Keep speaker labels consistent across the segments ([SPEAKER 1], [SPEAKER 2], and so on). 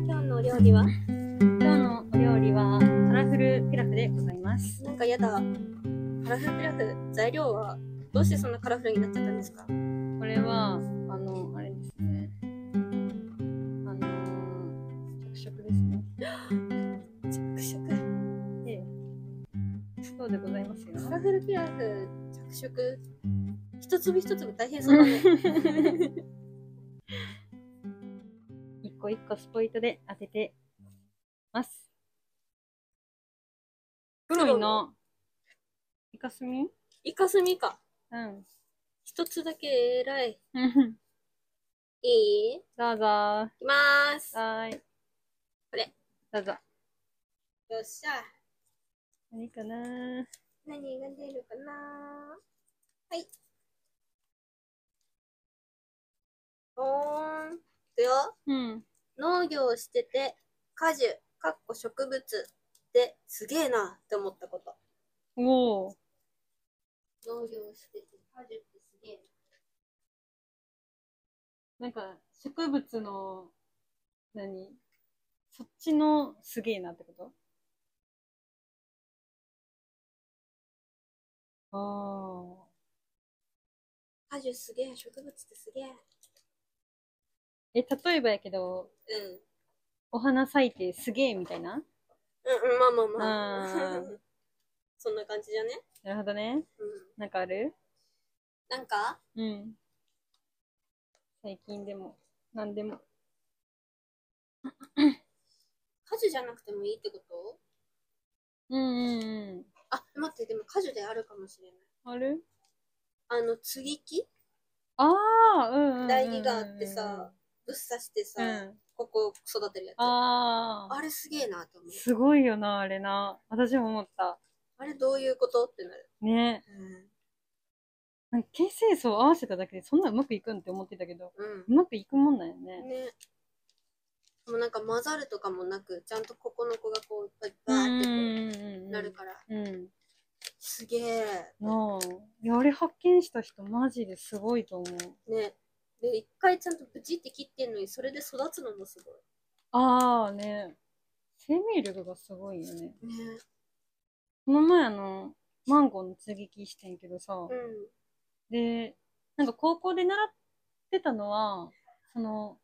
[SPEAKER 1] 理は
[SPEAKER 2] 今日のお料理はカラフルピラフでございます。
[SPEAKER 1] なんかやだ。カラフルピラフ、材料はどうしてそんなカラフルになっちゃったんですか
[SPEAKER 2] これは、あの、あれですね。あのー、着色ですね。
[SPEAKER 1] 着色。
[SPEAKER 2] ええ。そうでございますよ。
[SPEAKER 1] カラフルピラフ、着色。 一粒一粒大変そうだね。
[SPEAKER 2] 一個一個スポイトで当ててます。黒いの、イカスミ
[SPEAKER 1] イカスミか。
[SPEAKER 2] うん。
[SPEAKER 1] 一つだけ偉い。いいい
[SPEAKER 2] どうぞー。
[SPEAKER 1] きまーす。よ
[SPEAKER 2] はーい。
[SPEAKER 1] これ。
[SPEAKER 2] どうぞ。
[SPEAKER 1] っしゃ。
[SPEAKER 2] 何かなー
[SPEAKER 1] 何が出るかなはい。おーん。いくよ。
[SPEAKER 2] うん。
[SPEAKER 1] 農業をしてて果樹かっこ植物ですげえなって思ったこと
[SPEAKER 2] おお。
[SPEAKER 1] 農業をしてて果樹ってすげえ
[SPEAKER 2] なんか、植物の、何そっちのすげえなってことああ。
[SPEAKER 1] な果樹すげえ植物ってすげえ
[SPEAKER 2] え、例えばやけど、
[SPEAKER 1] うん
[SPEAKER 2] お花咲いてすげえみたいな
[SPEAKER 1] うんうんまあまあまあ
[SPEAKER 2] あー
[SPEAKER 1] そんな感じじゃね
[SPEAKER 2] なるほどね。
[SPEAKER 1] うん
[SPEAKER 2] なんかある
[SPEAKER 1] なんか
[SPEAKER 2] うん。最近でも、なんでも。
[SPEAKER 1] 果樹じゃなくてもいいってこと
[SPEAKER 2] うんうんうん。
[SPEAKER 1] あ待ってでも果樹であるかもしれない
[SPEAKER 2] ある
[SPEAKER 1] あの接ぎ木
[SPEAKER 2] ああ、うんうんうん。
[SPEAKER 1] 苗木があってさ、ぶっ刺してさ、
[SPEAKER 2] うん。
[SPEAKER 1] ここ育てるやつあ
[SPEAKER 2] ああ。
[SPEAKER 1] れすげえなと思う
[SPEAKER 2] すごいよな、あれな。私も思った。
[SPEAKER 1] あれどういうことってなる、
[SPEAKER 2] ね。なんか形成層合わせただけでそんなうまくいくんって思ってたけど、
[SPEAKER 1] うん、うん
[SPEAKER 2] うまくいくもんなんよね。
[SPEAKER 1] ね。もうなんか混ざるとかもなく、ちゃんとここの子がこう、
[SPEAKER 2] う
[SPEAKER 1] バ
[SPEAKER 2] ん
[SPEAKER 1] ーっ
[SPEAKER 2] う
[SPEAKER 1] てこ
[SPEAKER 2] んうんう。
[SPEAKER 1] うんなるから、
[SPEAKER 2] うん。
[SPEAKER 1] すげえ。
[SPEAKER 2] なあ。いや、あれ発見した人マジですごいと思う。
[SPEAKER 1] ね。で、一回ちゃんとプチって切ってんのに、それで育つのもすご
[SPEAKER 2] ああね。生命力がすごいよね。
[SPEAKER 1] い。ね。
[SPEAKER 2] この前あの、マンゴーの接ぎ木してんけどさ、
[SPEAKER 1] うん。
[SPEAKER 2] で、なんか高校で習ってたのは、その、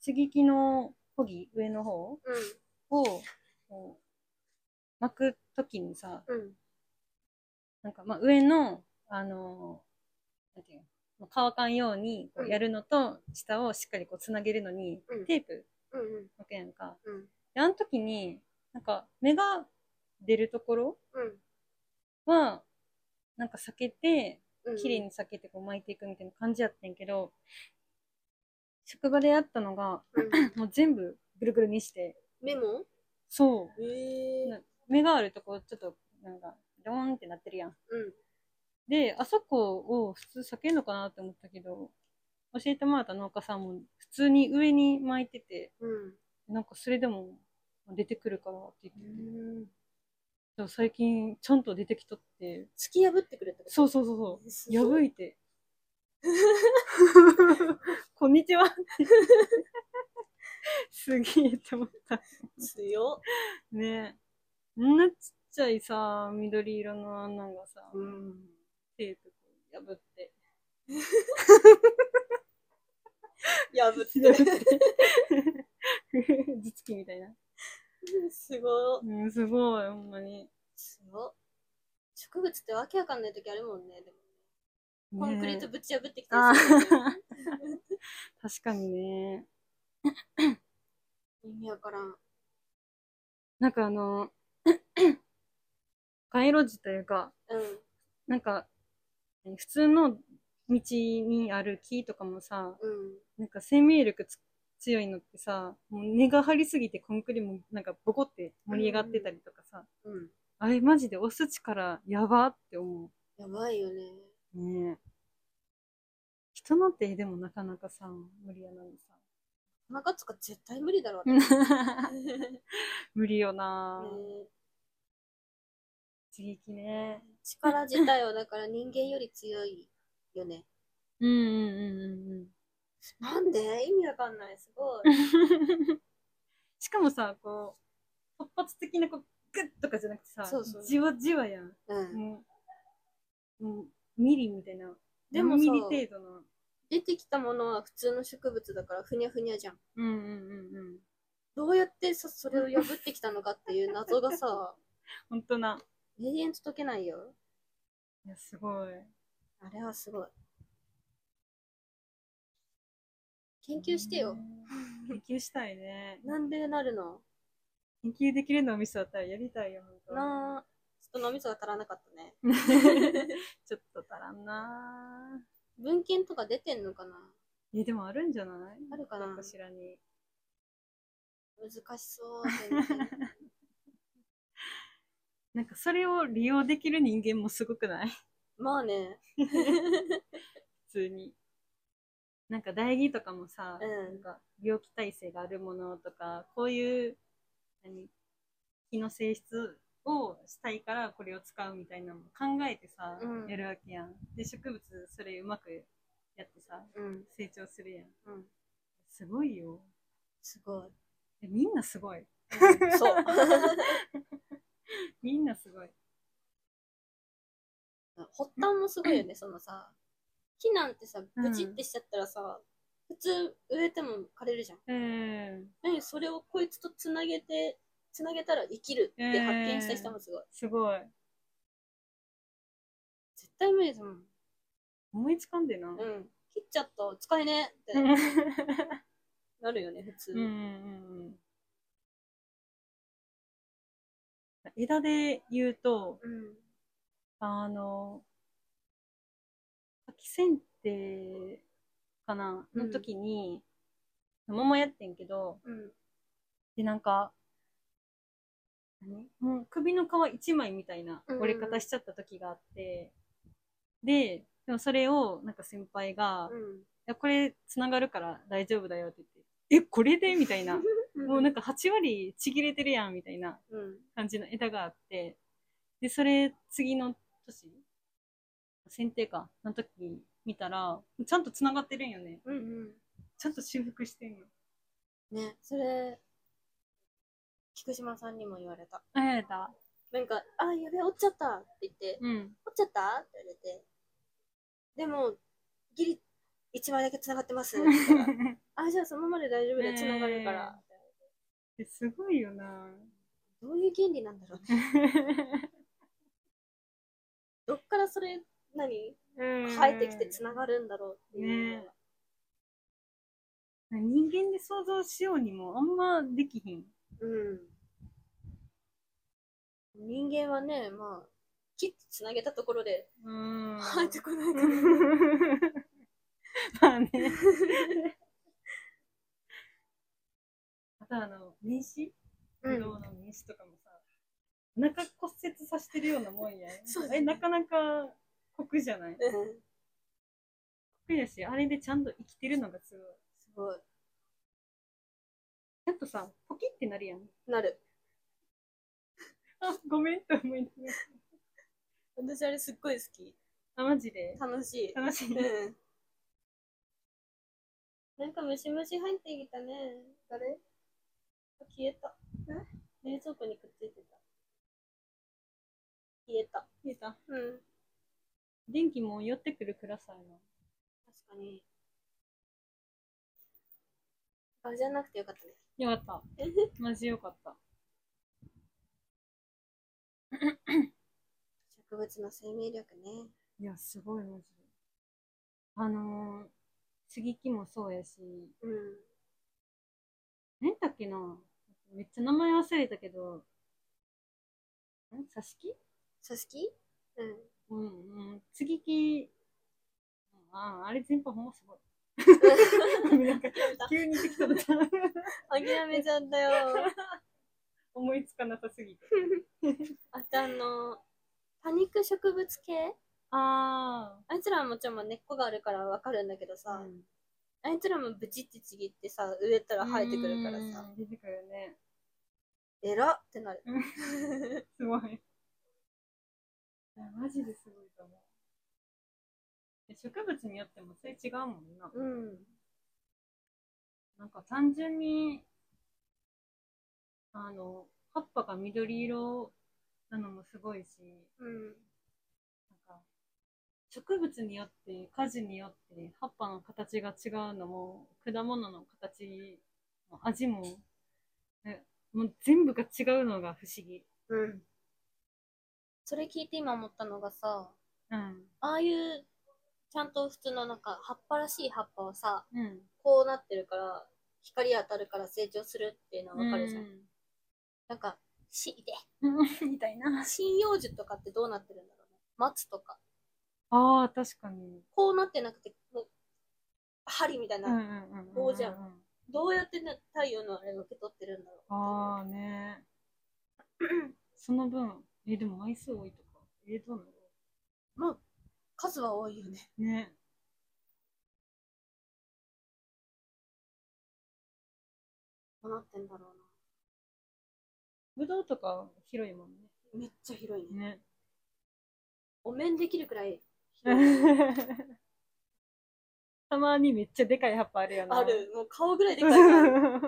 [SPEAKER 2] 接ぎ木のほぎ、上の方をこう巻くときにさ、
[SPEAKER 1] うん。うん。
[SPEAKER 2] なんかまあ上の、あのなんていうの、乾かんようにこ
[SPEAKER 1] う
[SPEAKER 2] うんやるのと、下をしっかりこうつなげるのに
[SPEAKER 1] うん、
[SPEAKER 2] テープ
[SPEAKER 1] うん。うん。
[SPEAKER 2] わけやんか。
[SPEAKER 1] うん。
[SPEAKER 2] で、あの時に、なんか芽が出るところ
[SPEAKER 1] うん。
[SPEAKER 2] は、なんか避けて、
[SPEAKER 1] うん。
[SPEAKER 2] 綺麗に避けてこう巻いていくみたいな感じやってんけど、職場でやったのが、
[SPEAKER 1] うん。
[SPEAKER 2] もう全部ぐるぐるにして、
[SPEAKER 1] メモ
[SPEAKER 2] そう。
[SPEAKER 1] ええ
[SPEAKER 2] な目があるとこちょっとなんかドーンってなってるやん
[SPEAKER 1] うん。
[SPEAKER 2] であそこを普通避けんのかなって思ったけど教えてもらった農家さんも普通に上に巻いてて
[SPEAKER 1] うん。
[SPEAKER 2] なんかそれでも出てくるからって言ってて
[SPEAKER 1] うん。
[SPEAKER 2] でも最近ちゃんと出てきとって
[SPEAKER 1] 突き破ってくれた。
[SPEAKER 2] そううそうそうそ
[SPEAKER 1] す
[SPEAKER 2] う
[SPEAKER 1] ご
[SPEAKER 2] やぶ
[SPEAKER 1] い。
[SPEAKER 2] いてこんにちは すげえって思った
[SPEAKER 1] 強っ。
[SPEAKER 2] ねこんなちっちゃいさ緑色のあんなんがさ、
[SPEAKER 1] うん。
[SPEAKER 2] テープこう破って。
[SPEAKER 1] 破
[SPEAKER 2] 破
[SPEAKER 1] って。
[SPEAKER 2] って。 頭突きみたいな。
[SPEAKER 1] すごい。
[SPEAKER 2] うん、すごい、ほんまに。
[SPEAKER 1] すごっ植物ってわけわかんない時あるもんね。でもコンクリート
[SPEAKER 2] ね
[SPEAKER 1] ぶち破ってきて
[SPEAKER 2] あ
[SPEAKER 1] るし、
[SPEAKER 2] ー 確かにね。
[SPEAKER 1] 意味わからん。
[SPEAKER 2] なんかあの、 街路樹というか、
[SPEAKER 1] うん。
[SPEAKER 2] なんか、普通の道にある木とかもさ、
[SPEAKER 1] うん。
[SPEAKER 2] なんか生命力つ強いのってさ、もう根が張りすぎてコンクリもなんかボコって盛り上がってたりとかさ、
[SPEAKER 1] うん。
[SPEAKER 2] あれマジで押す力やばって思う。
[SPEAKER 1] やばいよね。
[SPEAKER 2] ねえ。人の手でもなかなかさ、無理やなの
[SPEAKER 1] マカツカ絶対無理だろうね。
[SPEAKER 2] さ。 無理よなぁ。
[SPEAKER 1] ね
[SPEAKER 2] 一撃ね。
[SPEAKER 1] 力自体はだから人間より強いよね。
[SPEAKER 2] うんうんうんうんうん。
[SPEAKER 1] なんで意味わかんない。すごい。
[SPEAKER 2] しかもさ、こう、突発的なこう、グッとかじゃなくてさ、
[SPEAKER 1] そうそう
[SPEAKER 2] じわじわやん。
[SPEAKER 1] うん。
[SPEAKER 2] もう、もうミリみたいな。
[SPEAKER 1] でもさ
[SPEAKER 2] 何ミリ程度の。
[SPEAKER 1] 出てきたものは普通の植物だからふにゃふにゃじゃん。
[SPEAKER 2] うんうんうんうん。
[SPEAKER 1] どうやってさ、それを破ってきたのかっていう謎が さ、
[SPEAKER 2] 本当な。
[SPEAKER 1] 永遠と解けないよ。
[SPEAKER 2] いや、すごい。
[SPEAKER 1] あれはすごい。研究してよ。
[SPEAKER 2] うん。研究したいね。
[SPEAKER 1] なんでなるの
[SPEAKER 2] 研究できるのをミスだったらやりたいよ、本
[SPEAKER 1] なあ。ちょっと脳みそが足らなかったね。
[SPEAKER 2] 当に。 ちょっと足らんな
[SPEAKER 1] 文献とか出てんのかな
[SPEAKER 2] え、でもあるんじゃない
[SPEAKER 1] あるかな
[SPEAKER 2] どこしらに。
[SPEAKER 1] 難しそう。全 然
[SPEAKER 2] なんかそれを利用できる人間もすごくない
[SPEAKER 1] まあね。
[SPEAKER 2] 普通に。なんか代議とかもさ、
[SPEAKER 1] うん
[SPEAKER 2] なんか病気耐性があるものとか、こういう、何、気の性質をしたいからこれを使うみたいなのも考えてさ、
[SPEAKER 1] うん
[SPEAKER 2] やるわけやん。で、植物それうまくやってさ、
[SPEAKER 1] うん。
[SPEAKER 2] 成長するやん。
[SPEAKER 1] うん。
[SPEAKER 2] すごいよ。
[SPEAKER 1] すごい。
[SPEAKER 2] えみんなすごい。
[SPEAKER 1] そう。
[SPEAKER 2] みんなすごい。
[SPEAKER 1] 発端もすごいよね、そのさ。木なんてさ、
[SPEAKER 2] うん
[SPEAKER 1] ブチってしちゃったらさ、普通植えても枯れるじゃん。
[SPEAKER 2] うん。
[SPEAKER 1] 何それをこいつとつなげて、つなげたら生きるって発見した人もすごい。
[SPEAKER 2] すごい。
[SPEAKER 1] 絶対無理だもん。
[SPEAKER 2] 思いつかんでな。
[SPEAKER 1] う ん。切っちゃった、使えねえって
[SPEAKER 2] う
[SPEAKER 1] なるよね、普通。
[SPEAKER 2] んうんうんうん枝で言うと、
[SPEAKER 1] うん。
[SPEAKER 2] あの、秋剪定かな、
[SPEAKER 1] うん
[SPEAKER 2] の時に、桃やってんけど、
[SPEAKER 1] うん。
[SPEAKER 2] で、なんか、何もう首の皮一枚みたいな折れ方しちゃった時があって、で、でもそれを、なんか先輩が、いや、これ、つながるから大丈夫だよって言って、え、これでみたいな。
[SPEAKER 1] うん。
[SPEAKER 2] もうなんか8割ちぎれてるやん、みたいな
[SPEAKER 1] うん。
[SPEAKER 2] 感じの枝があって、で、それ、次の年、剪定か、の時見たら、ちゃんとつながってるんよね。
[SPEAKER 1] うんうん。
[SPEAKER 2] ちゃんと修復してんの。
[SPEAKER 1] ね、それ、菊島さんにも言われた。
[SPEAKER 2] あやだ。
[SPEAKER 1] なんか、あ、やべえ、折っちゃったって言って、
[SPEAKER 2] うん。
[SPEAKER 1] 折っちゃったって言われて。でも、ギリ、一枚だけ繋がって ますって言ったら。あ、じゃあそのままで大丈夫だよ、繋がるから。
[SPEAKER 2] えすごいよ な
[SPEAKER 1] どういう原理なんだろうね。どっからそれ、何生
[SPEAKER 2] 生
[SPEAKER 1] えてきて繋がるんだろうっていうのが。
[SPEAKER 2] 人間で想像しようにもあんまできひん。
[SPEAKER 1] うん。人間はね、まあ、切ってつなげたところで
[SPEAKER 2] うん
[SPEAKER 1] 生えてこ ないから。
[SPEAKER 2] まあね。 あとあの、名刺
[SPEAKER 1] うん
[SPEAKER 2] ブドウの名刺とかもさ、お腹骨折させてるようなもんやん。
[SPEAKER 1] そうだね
[SPEAKER 2] え、なかなか酷じゃない
[SPEAKER 1] うん
[SPEAKER 2] 酷やし、あれでちゃんと生きてるのがすごい。
[SPEAKER 1] すごい。
[SPEAKER 2] ちゃんとさ、ポキってなるやん。
[SPEAKER 1] なる。
[SPEAKER 2] あ、ごめんと思いなが
[SPEAKER 1] 私あれすっごい好き。
[SPEAKER 2] ら。あ、マジで。
[SPEAKER 1] 楽しい。
[SPEAKER 2] 楽しい。
[SPEAKER 1] うん。なんかムシムシ入ってきたね。誰消えた。え冷蔵庫にくっついてた。消えた。
[SPEAKER 2] 見えた
[SPEAKER 1] うん。
[SPEAKER 2] 電気も寄ってくるくださいの。
[SPEAKER 1] 確かに。あれじゃなくてよかったね。
[SPEAKER 2] よか った。マジよかった。
[SPEAKER 1] 植物の生命力ね。
[SPEAKER 2] いや、すごい、マジで。あのー、杉木もそうやし、
[SPEAKER 1] うん。
[SPEAKER 2] 何だっけなめっちゃ名前忘れたけど、ん挿し木
[SPEAKER 1] さすきうん。
[SPEAKER 2] うんうん。杉木、ああ、あれ全部ほんます ごい。なんか、急に適当だった。
[SPEAKER 1] 諦めちゃった よ。
[SPEAKER 2] 思いつかなさすぎて。
[SPEAKER 1] あとあの、多肉植物系
[SPEAKER 2] あ
[SPEAKER 1] あいつらはもちろん根っこがあるからわかるんだけど
[SPEAKER 2] あ
[SPEAKER 1] さ、。あいつらもブチってちぎってさ、植えたら生えてくるからさ、
[SPEAKER 2] うん。出てくるね。
[SPEAKER 1] えらってなる。
[SPEAKER 2] すごい。いや、マジですごいと思う。で植物によってもそれ違うもんな。
[SPEAKER 1] うん。
[SPEAKER 2] なんか単純に、あの、葉っぱが緑色なのもすごいし、
[SPEAKER 1] うん。
[SPEAKER 2] なんか、植物によって、果樹によって、葉っぱの形が違うのも、果物の形、味も、えもう全部が違うのが不思議。
[SPEAKER 1] うん。それ聞いて今思ったのがさ、
[SPEAKER 2] うん。
[SPEAKER 1] ああいう、ちゃんと普通のなんか、葉っぱらしい葉っぱはさ、
[SPEAKER 2] うん。
[SPEAKER 1] こうなってるから、光当たるから成長するっていうのはわかるじゃん。なんか、し、で、
[SPEAKER 2] うん。 みたいな。
[SPEAKER 1] 針葉樹とかってどうなってるんだろうね。松とか。
[SPEAKER 2] ああ、確かに。
[SPEAKER 1] こうなってなくて、もう、針みたい
[SPEAKER 2] うんう
[SPEAKER 1] な、
[SPEAKER 2] んうんうん。
[SPEAKER 1] 棒じゃん。どうやってね、太陽のあれを受け取ってるんだろうって思う。
[SPEAKER 2] ああね。 その分、え、でも枚数多いとか。え、どうなの
[SPEAKER 1] まあ、数は多いよね。
[SPEAKER 2] ね。
[SPEAKER 1] どうなってんだろ
[SPEAKER 2] ぶどうとか広いもんね。
[SPEAKER 1] うな。めっちゃ広いね。
[SPEAKER 2] ね。
[SPEAKER 1] お面できるくらい広い。
[SPEAKER 2] たまにめっちゃでかい葉っぱあるよな。
[SPEAKER 1] あ。る。もう顔ぐらいで
[SPEAKER 2] う
[SPEAKER 1] かい から。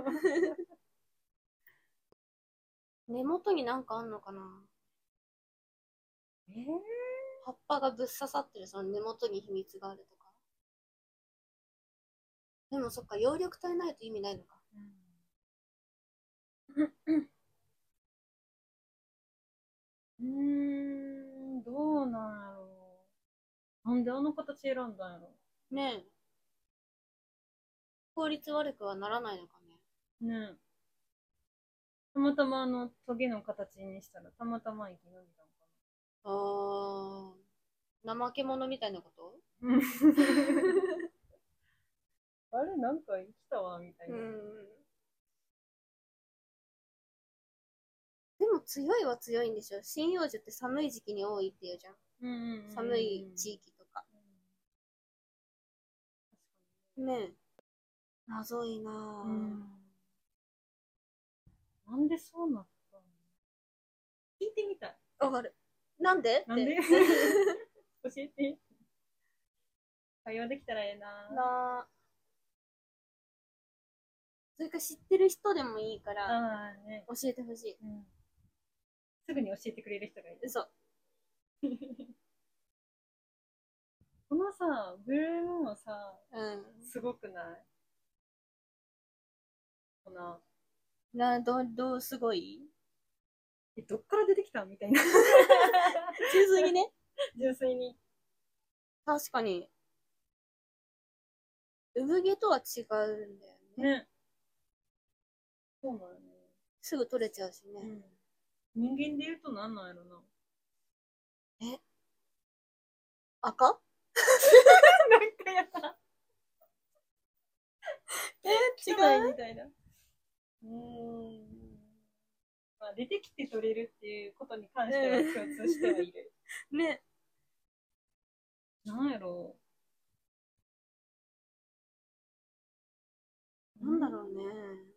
[SPEAKER 1] 根元になんかあんのかな
[SPEAKER 2] えー
[SPEAKER 1] 葉っぱがぶっ刺さってる、その根元に秘密があるとか。でもそっか、葉緑体ないと意味ないのか。
[SPEAKER 2] うーん、どうなんやろう。なんであの形選んだんやろ
[SPEAKER 1] ねえ。効率悪くはならないのかね。
[SPEAKER 2] う。ねえたまたまあの、トゲの形にしたらたまたま生き延びたのか
[SPEAKER 1] ああ、怠け者みたいなこと
[SPEAKER 2] な。 あれなんか生きたわ、みたいな。
[SPEAKER 1] でも強いは強いんでしょ針葉樹って寒い時期に多いっていうじゃん。
[SPEAKER 2] うんうんうん
[SPEAKER 1] 寒い地域とか。ねえ。謎いな
[SPEAKER 2] う
[SPEAKER 1] ぁ、
[SPEAKER 2] んなんでそうなったの聞いてみたい。
[SPEAKER 1] わかる。 なんでって
[SPEAKER 2] なんで 教えて。会話できたらええな。
[SPEAKER 1] なぁそれか知ってる人でもいいから、
[SPEAKER 2] ああね、
[SPEAKER 1] 教えてほしい。
[SPEAKER 2] うん。すぐに教えてくれる人がいる。
[SPEAKER 1] 嘘。
[SPEAKER 2] このさ、ブルームもさ、
[SPEAKER 1] うん。
[SPEAKER 2] すごくないこの、
[SPEAKER 1] な、ど、どうすごい
[SPEAKER 2] え、どっから出てきたみた いな。
[SPEAKER 1] 純粋にね。
[SPEAKER 2] 純粋に。
[SPEAKER 1] 確かに。産毛とは違うんだよね。
[SPEAKER 2] ね。そうなのね。
[SPEAKER 1] すぐ取れちゃうしね。
[SPEAKER 2] 人間で言うとなんなんやろな。
[SPEAKER 1] 赤
[SPEAKER 2] なんかやだ。
[SPEAKER 1] え
[SPEAKER 2] 違
[SPEAKER 1] う
[SPEAKER 2] うみたいな。うーん。まあ、出てきて取れるっていうことに関しては
[SPEAKER 1] うん
[SPEAKER 2] 共通してはいる。
[SPEAKER 1] ね。
[SPEAKER 2] なんやろう。
[SPEAKER 1] なんだろうね。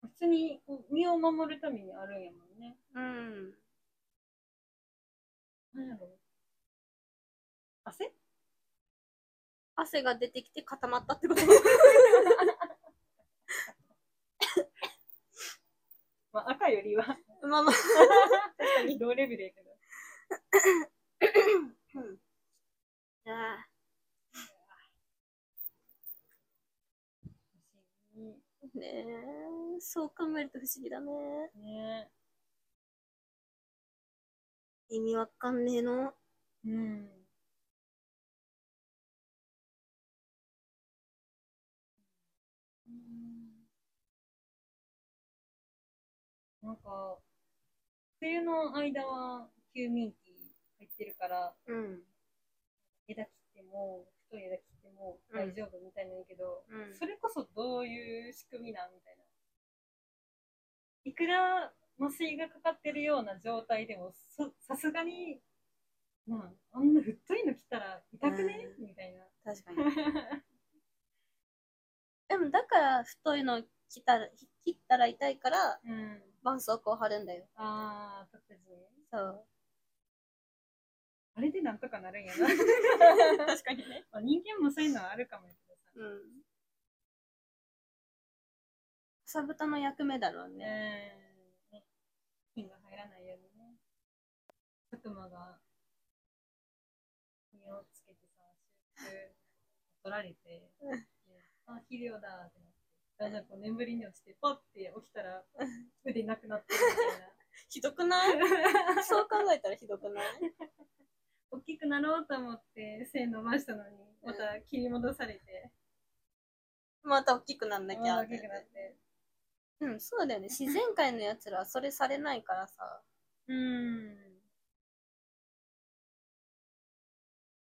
[SPEAKER 2] 普通にこう身を守るためにあるんやもんね。
[SPEAKER 1] うん。
[SPEAKER 2] なんやろう。汗
[SPEAKER 1] 汗が出てきて固まったって こと
[SPEAKER 2] まあ、赤よりは
[SPEAKER 1] まあまあ。
[SPEAKER 2] 確かに同レベルやけど。
[SPEAKER 1] うんああねえ、そう考えると不思議だね。
[SPEAKER 2] ね
[SPEAKER 1] 意味わかんねえの。
[SPEAKER 2] うん。なんか、冬の間は休眠期入ってるから、
[SPEAKER 1] うん。
[SPEAKER 2] 枝切っても、太い枝切っても
[SPEAKER 1] うん
[SPEAKER 2] 大丈夫みたいなんやけど、
[SPEAKER 1] うん
[SPEAKER 2] それこそどういう仕組みなんみたいな。いくら麻酔がかかってるような状態でも、そさすがに、まあ、あんな太いの来たら痛くね、みたいな。
[SPEAKER 1] 確 かに。でもだから太いの切ったら切ったら痛いから
[SPEAKER 2] うん。
[SPEAKER 1] 絆創膏貼るんだよ。
[SPEAKER 2] あー、特に。
[SPEAKER 1] そう。
[SPEAKER 2] あれでなんとかなるんやな。
[SPEAKER 1] 確かにね。
[SPEAKER 2] まあ、人間もそういうのはあるかもやけどさ。
[SPEAKER 1] うん。サブタの役目だろうね。
[SPEAKER 2] うん。金が入らないようにね。佐久間が、身をつけてさ、収穫取られて、であ、肥料だってなって、だんだんこう眠りに落ちて、パッて起きたら、腕なくなってる
[SPEAKER 1] ひどくない
[SPEAKER 2] みたい な。
[SPEAKER 1] そう考えたらひどくない
[SPEAKER 2] 大きくなろうと思って背伸ばしたのに、また切り戻されて、
[SPEAKER 1] また大きくなんなきゃ。
[SPEAKER 2] 大きくなって。
[SPEAKER 1] うん、そうだよね。自然界のやつらはそれされないからさ、
[SPEAKER 2] うん。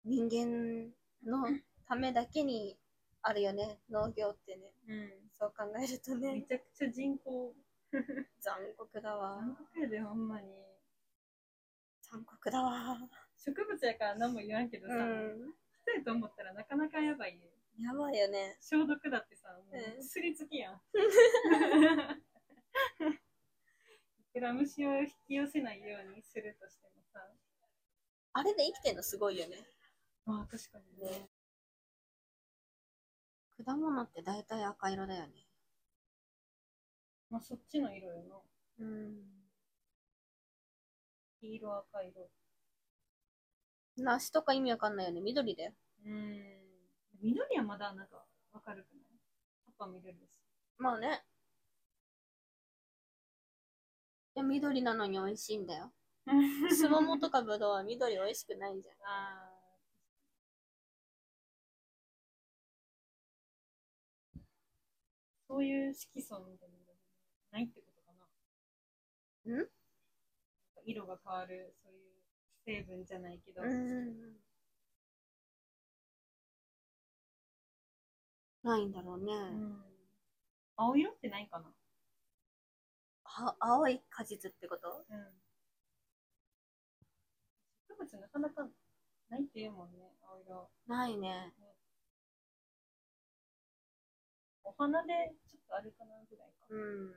[SPEAKER 1] 人間のためだけにあるよね、農業ってね。
[SPEAKER 2] うん。
[SPEAKER 1] そう考えると
[SPEAKER 2] め
[SPEAKER 1] ね、
[SPEAKER 2] ちゃくちゃ人口、
[SPEAKER 1] 残酷だわ。
[SPEAKER 2] 何回でほんまに。
[SPEAKER 1] 残酷だわ。
[SPEAKER 2] 植物やから何も言わんけどさ、
[SPEAKER 1] う
[SPEAKER 2] 来いと思ったらなかなかやばいね。
[SPEAKER 1] ん。やばいよね。
[SPEAKER 2] 消毒だってさ、も
[SPEAKER 1] う
[SPEAKER 2] うんすりつきやん。いくら虫を引き寄せないようにするとしてもさ、
[SPEAKER 1] あれで生きてんのすごいよね。
[SPEAKER 2] まあ確かにね。
[SPEAKER 1] 果物って大体赤色だよね。
[SPEAKER 2] まあそっちの色よな。
[SPEAKER 1] うん。
[SPEAKER 2] 黄色、赤色。
[SPEAKER 1] 梨とか意味わかんないよね。緑だよ。
[SPEAKER 2] うん。緑はまだなんかわかるくないパパ緑です。
[SPEAKER 1] まあね。いや緑なのに美味しいんだよ。スモモとかブドウは緑美味しくないじゃん。
[SPEAKER 2] あーそういう色素みたいなのがないってことかな。
[SPEAKER 1] ん
[SPEAKER 2] 色が変わる、そういう成分じゃないけど。
[SPEAKER 1] ないんだろうね。
[SPEAKER 2] うん青色ってないかな。
[SPEAKER 1] は青い果実ってこと
[SPEAKER 2] うん。植物なかなかないって言うもんね、青色。
[SPEAKER 1] ないね。
[SPEAKER 2] お花でちょっとあるかなぐらいか。
[SPEAKER 1] うん。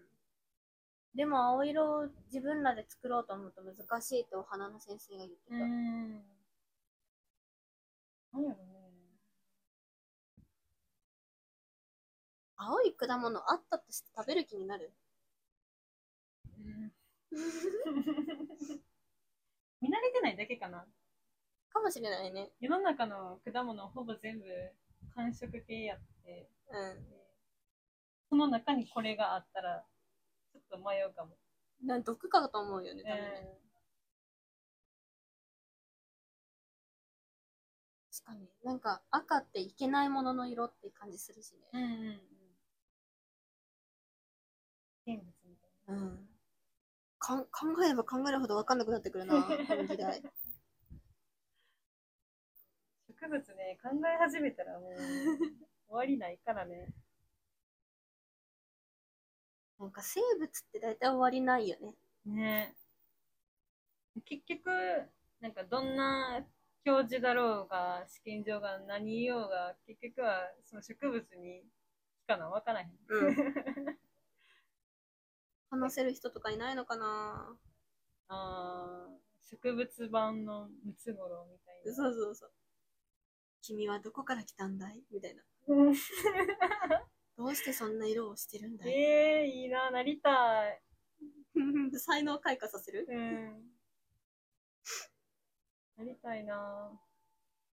[SPEAKER 1] でも青色を自分らで作ろうと思うと難しいってお花の先生が言ってた。
[SPEAKER 2] ん。なんやろね。
[SPEAKER 1] 青い果物あったとして食べる気になる
[SPEAKER 2] 見慣れてないだけかな。
[SPEAKER 1] かもしれないね。
[SPEAKER 2] 世の中の果物ほぼ全部完食系やって、
[SPEAKER 1] う
[SPEAKER 2] でその中にこれがあったら、ちょっと迷うかも。
[SPEAKER 1] ん。なん毒かと思うよね、多分ね。
[SPEAKER 2] え
[SPEAKER 1] 確かに。なんか赤っていけないものの色って感じするしね。
[SPEAKER 2] ーうんうんうん。現物みた
[SPEAKER 1] う
[SPEAKER 2] い
[SPEAKER 1] ん。かん考えれば考えるほど分かんなくなってくるな、この議 題。
[SPEAKER 2] な。植物ね、考え始めた らもう終わりないからね。
[SPEAKER 1] なんか生物って大体終わりないよね。
[SPEAKER 2] ね結局なんかどんな教授だろうが試験場が何言おうが結局はその植物に聞かな分からへん
[SPEAKER 1] うん。話せる人とかいないのかな
[SPEAKER 2] あー植物版のムツゴロウみたいな
[SPEAKER 1] そうそうそう。君はどこから来たんだいみたいな。どうしてそんな色をしてるんだい
[SPEAKER 2] えー、いいななりたい
[SPEAKER 1] 才能開花させる
[SPEAKER 2] うんなりたいな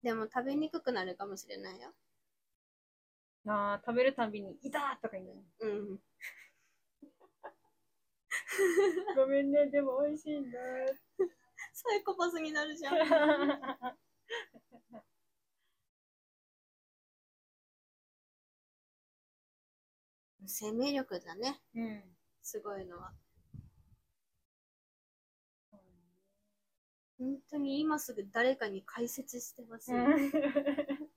[SPEAKER 1] でも食べにくくなるかもしれないよ。
[SPEAKER 2] なあ食べるたびに「いた!」とか言うの
[SPEAKER 1] うん。
[SPEAKER 2] ごめんねでも美味しいんだ
[SPEAKER 1] サイコパスになるじゃん。生命力だね。
[SPEAKER 2] うん
[SPEAKER 1] すごいのは。本当に今すぐ誰かに解説してほしい。
[SPEAKER 2] うん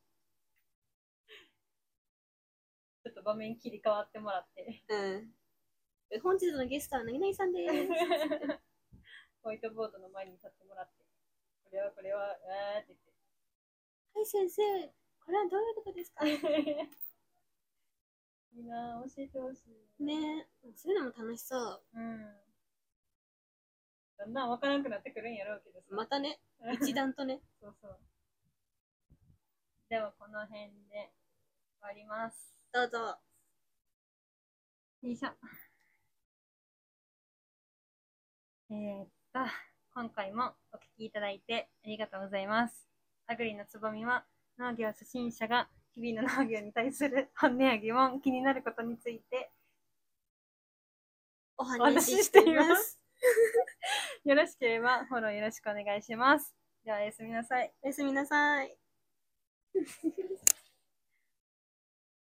[SPEAKER 2] ちょっと場面切り替わってもらって、
[SPEAKER 1] うん。え本日のゲストは何々さん です。
[SPEAKER 2] ホワイトボードの前に立ってもらって、これはこれは、あーって
[SPEAKER 1] はい、先生、これはどういうことですかね
[SPEAKER 2] 言って。 いいなぁ、教えてほしい。
[SPEAKER 1] えそういうのも楽しそう。
[SPEAKER 2] うん。だんだん分からなくなってくるんやろうけどさ。
[SPEAKER 1] またね、一段とね。
[SPEAKER 2] そうそう。では、この辺で終わります。
[SPEAKER 1] どうぞ。
[SPEAKER 2] よいしょ。えーっと、今回もお聞きいただいてありがとうございます。アグリのつぼみは、農業初心者が日々の農業に対する本音や疑問、気になることについて、
[SPEAKER 1] お話ししてい
[SPEAKER 2] お話ししていま
[SPEAKER 1] ます。
[SPEAKER 2] よろしければフォローよろしくお願いします。では、おやすみなさい。
[SPEAKER 1] おやすみなさい。